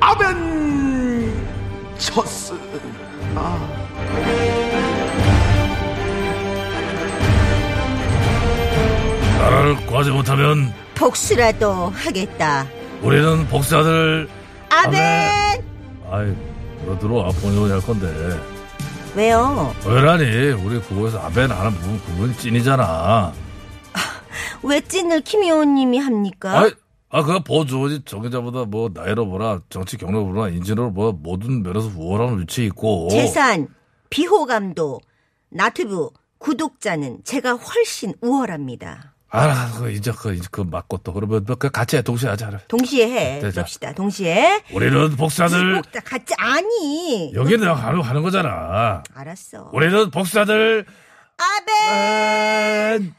아벤처스. 나라를 구하지 못하면 복수라도 하겠다. 우리는 복사들 아멘! 네. 아이 들어들어 본인이 할 건데 왜요? 왜라니 우리 국어에서 아벤 하는 부분 구분 어? 찐이잖아 왜 찐을 김효원님이 합니까? 아이 아 그거 보조지 정계자보다 뭐 나이로 보라 정치 경력 보라 인지로 보라 모든 면에서 우월한 위치 있고 재산, 비호감도, 나트브, 구독자는 제가 훨씬 우월합니다. 아 그거 이제 그 이제 그 맞고 또 그러면 그 같이 해 동시에 하자 동시에 해. 네, 자, 자. 봅시다. 동시에. 우리는 복사들 이복다 같이 아니. 여기는 하는 하는 거잖아 알았어. 우리는 복사들 아멘! 아벤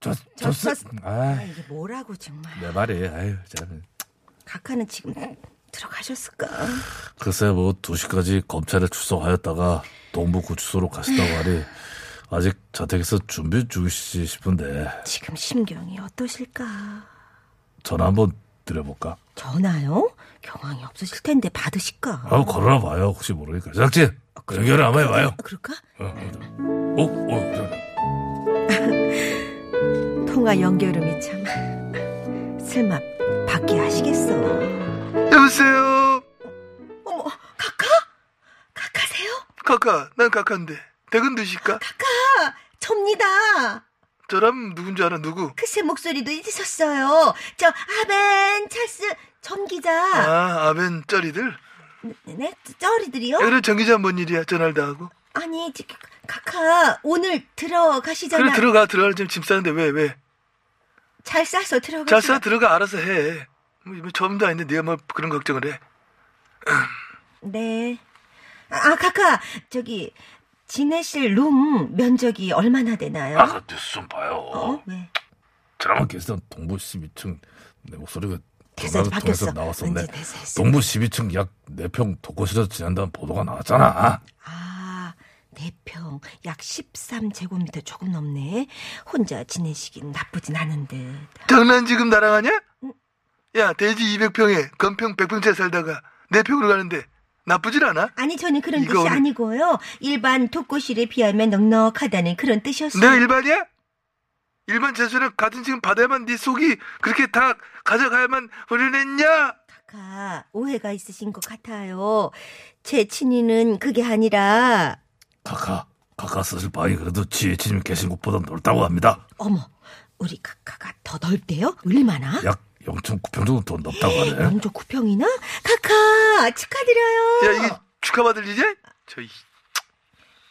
저- 저저저 아, 이게 뭐라고 정말. 내 말이 아유 참 각하는 지금 들어가셨을까? 글쎄 뭐 2시까지 검찰에 출석하였다가 동부구치소로 가셨다고 하니 아직 자택에서 준비 중이시지 싶은데 지금 심경이 어떠실까? 전화 한번 드려볼까? 전화요? 경황이 없으실 텐데 받으실까? 한번 걸어봐요 혹시 모르니까 제작진 연결을 한번 해봐요 아, 그럴까? 어, 어, 어, 저, 통화 연결음이 참 설마 밖에 아시겠어 여보세요. 어머 카카? 카카세요? 카카, 난 카카인데. 대근 드실까? 카카 접니다 저라면 누군지 알아, 누구? 글쎄 목소리도 잊으셨어요 저 아벤 찰스 전 기자 아, 아벤 쩌리들. 네? 쩌리들이요? 그래, 정기자 뭔 일이야, 전화를 다 하고. 아니 저, 카카 오늘 들어가시잖아 그래, 들어가, 들어가. 지금 짐 싸는데 왜, 왜? 잘 싸서 들어가시 잘 싸, 들어가, 알아서 해. 뭐, 이번 처음도 아닌데, 네가 뭐 그런 걱정을 해. 네. 아, 아, 카카 저기 지내실 룸 면적이 얼마나 되나요? 아까 뉴스 좀 봐요 어? 왜? 드라마 게스트는 동부 12층 내 목소리가 대사지 전화를 바뀌었어. 통해서 나왔었네 왠지 대사했어. 동부 12층 약 4평 독거실에서 지난다는 보도가 나왔잖아 아, 4평, 약 13제곱미터 조금 넘네. 혼자 지내시긴 나쁘진 않은 듯. 장난 지금 나랑 하냐? 야, 대지 200평에 건평 100평째 살다가 내 평으로 가는데 나쁘진 않아? 아니, 저는 그런 이거 뜻이 오늘- 아니고요. 일반 독거실에 비하면 넉넉하다는 그런 뜻이었어요. 내가 네, 일반이야? 일반 재수랑 같은 지금 받아야만 네 속이 그렇게 다 가져가야만 훈련했냐? 카카, 오해가 있으신 것 같아요. 제 친인은 그게 아니라, 카카 카카 쓰실 바에 그래도 지혜진님 계신 곳보다 넓다고 합니다 어머, 우리 카카가 더 넓대요? 얼마나? 약 0.9평 정도 더 높다고 하네. 영조 9평이나? 카카, 축하드려요. 야, 이게 축하받을 일이야? 저, 이-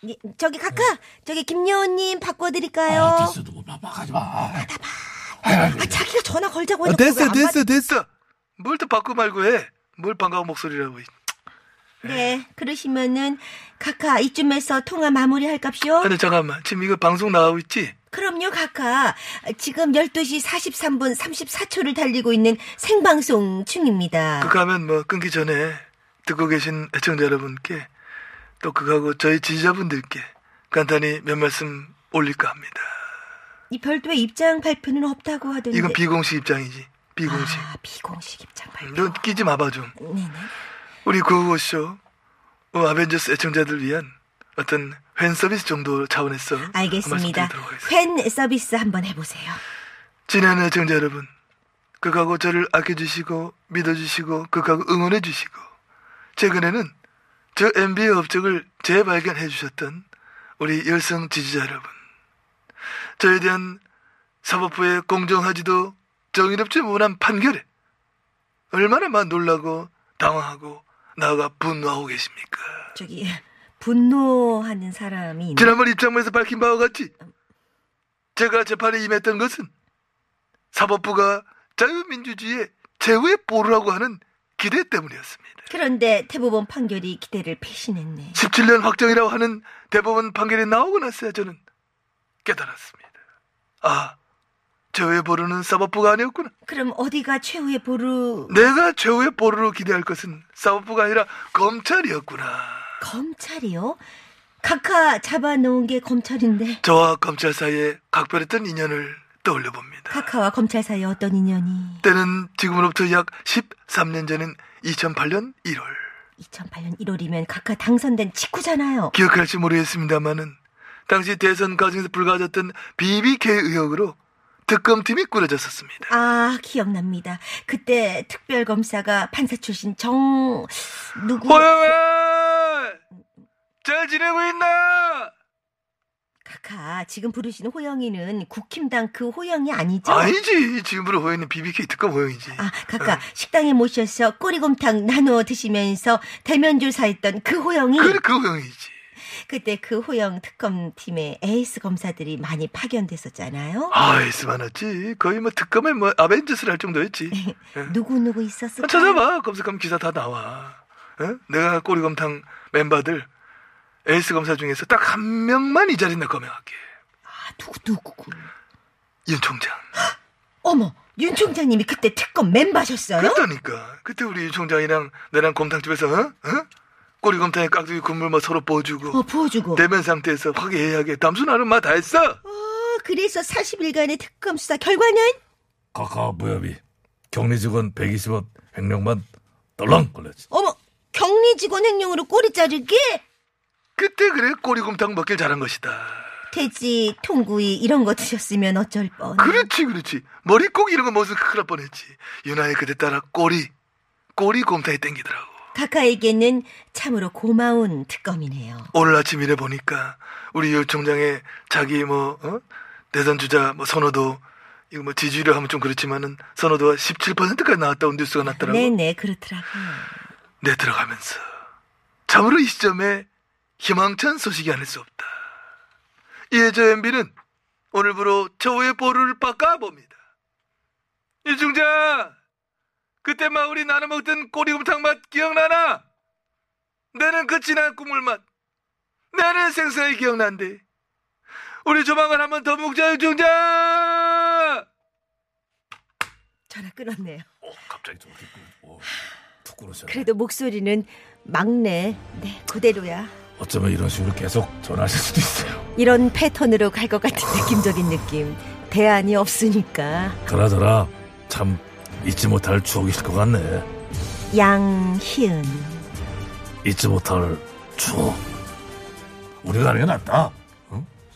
예, 저기 카카, 저기 김여우님 바꿔드릴까요? 아, 누구 막하지 마. 아, 자기가 전화 걸자고 아, 해놓고 됐어, 왜안 됐어, 됐어. 됐어. 뭘 또 바꾸 말고 해. 뭘 반가운 목소리라고. 받- 네, 그러시면은 카카 이쯤에서 통화 마무리할 값이요. 아니, 네. 잠깐만. 지금 이거 방송 나가고 있지? 그럼요, 카카. 지금 12시 43분 34초를 달리고 있는 생방송 중입니다. 그거 하면 뭐 끊기 전에 듣고 계신 애청자 여러분께 또 그거하고 저희 지지자분들께 간단히 몇 말씀 올릴까 합니다. 이 별도의 입장 발표는 없다고 하던데. 이건 비공식 입장이지. 비공식. 네. 아, 비공식 입장 발표. 너 끼지 마봐 좀. 네네. 우리 구호쇼 어, 아벤져스 애청자들 위한 어떤 팬 서비스 정도 차원에서 한 말씀 알겠습니다. 드리도록 하겠습니다. 팬 서비스 한번 해보세요. 지난 애청자 여러분, 극하고 저를 아껴주시고 믿어주시고 극하고 응원해주시고 최근에는 저 MB의 업적을 재발견해주셨던 우리 열성 지지자 여러분, 저에 대한 사법부의 공정하지도 정의롭지 못한 판결에 얼마나 막 놀라고 당황하고 나아가 분노하고 계십니까? 저기 분노하는 사람이 있나? 지난번 입장문에서 밝힌 바와 같이 제가 재판에 임했던 것은 사법부가 자유민주주의의 최후의 보루라고 하는 기대 때문이었습니다. 그런데 대법원 판결이 기대를 배신했네. 17년 확정이라고 하는 대법원 판결이 나오고 나서야 저는 깨달았습니다. 아, 최후의 보루는 사법부가 아니었구나. 그럼 어디가 최후의 보루 내가 최후의 보루로 기대할 것은 사법부가 아니라 검찰이었구나. 검찰이요? 카카 잡아놓은 게 검찰인데 저와 검찰 사이에 각별했던 인연을 떠올려 봅니다. 카카와 검찰 사이 어떤 인연이 때는 지금으로부터 약 13년 전인 2008년 1월. 2008년 1월이면 카카 당선된 직후잖아요. 기억할지 모르겠습니다만은 당시 대선 과정에서 불거졌던 BBK 의혹으로 특검팀이 꾸려졌었습니다. 아 기억납니다. 그때 특별검사가 판사 출신 정 누구 호영아! 잘 지내고 있나? 카카 지금 부르시는 호영이는 국힘당 그 호영이 아니죠? 아니지. 지금으로 호영이는 BBK 특검 호영이지. 아, 카카 식당에 모셔서 꼬리곰탕 나누어 드시면서 대면조사했던 그 호영이 그래, 그 호영이지. 그때 그 호영 특검팀에 에이스 검사들이 많이 파견됐었잖아요. 아이스 많았지. 거의 뭐 특검에 뭐 아벤져스를 할 정도였지. 누구 누구 네. 아, 있었을까? 찾아봐. 검색하면 기사 다 나와. 어? 내가 꼬리검탕 멤버들 에이스 검사 중에서 딱 한 명만 이 자리 내 거명할게. 아, 누구 누구? 윤 총장. 어머, 윤 총장님이 그때 특검 멤버셨어요? 그랬다니까. 그때 우리 윤 총장이랑 나랑 곰탕집에서 어? 어? 꼬리검탕에 깍두기 국물 뭐 서로 어, 부어주고 부어주고. 대면 상태에서 화기애애하게 담수 나는 맛다 했어. 어, 그래서 40일간의 특검 수사 결과는 카카오 무협이 격리 직원 120원 횡령만 덜렁 걸렸지. 어머, 격리 직원 횡령으로 꼬리 자르기, 그때 그래 꼬리곰탕 먹길 잘한 것이다. 돼지 통구이 이런 거 드셨으면 어쩔 뻔. 그렇지 그렇지. 머리 꼭 이런 거 먹어서 큰일 날 뻔했지. 유나의 그대 따라 꼬리 꼬리곰탕이 땡기더라고. 카카에게는 참으로 고마운 특검이네요. 오늘 아침 일해 보니까 우리 유 총장의 자기 뭐 어? 대선 주자 뭐 선호도 이거 뭐 지지율 하면 좀 그렇지만은 선호도가 17%까지 나왔다고 뉴스가 났더라고. 네네 그렇더라고요. 내 들어가면서 참으로 이 시점에 희망찬 소식이 아닐 수 없다. 이에 저 MB는 오늘부로 최후의 보루를 바꿔봅니다. 유 총장, 그때 막 우리 나눠 먹던 꼬리곰탕 맛 기억나나? 내는 그 진한 국물 맛, 나는 생생하게 기억난대. 우리 조만간 한번 더 먹자, 유 총장! 전화 끊었네요. 어, 갑자기 좀 기쁘- 어, 툭 끊으셨네. 그래도 목소리는 막내 네 그대로야. 어쩌면 이런 식으로 계속 전화하실 수도 있어요. 이런 패턴으로 갈 것 같은 느낌적인 느낌. 대안이 없으니까 그나저나 참 잊지 못할 추억이실 것 같네. 양희은 잊지 못할 추억. 우리가 하는 게 낫다.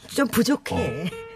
좀 부족해.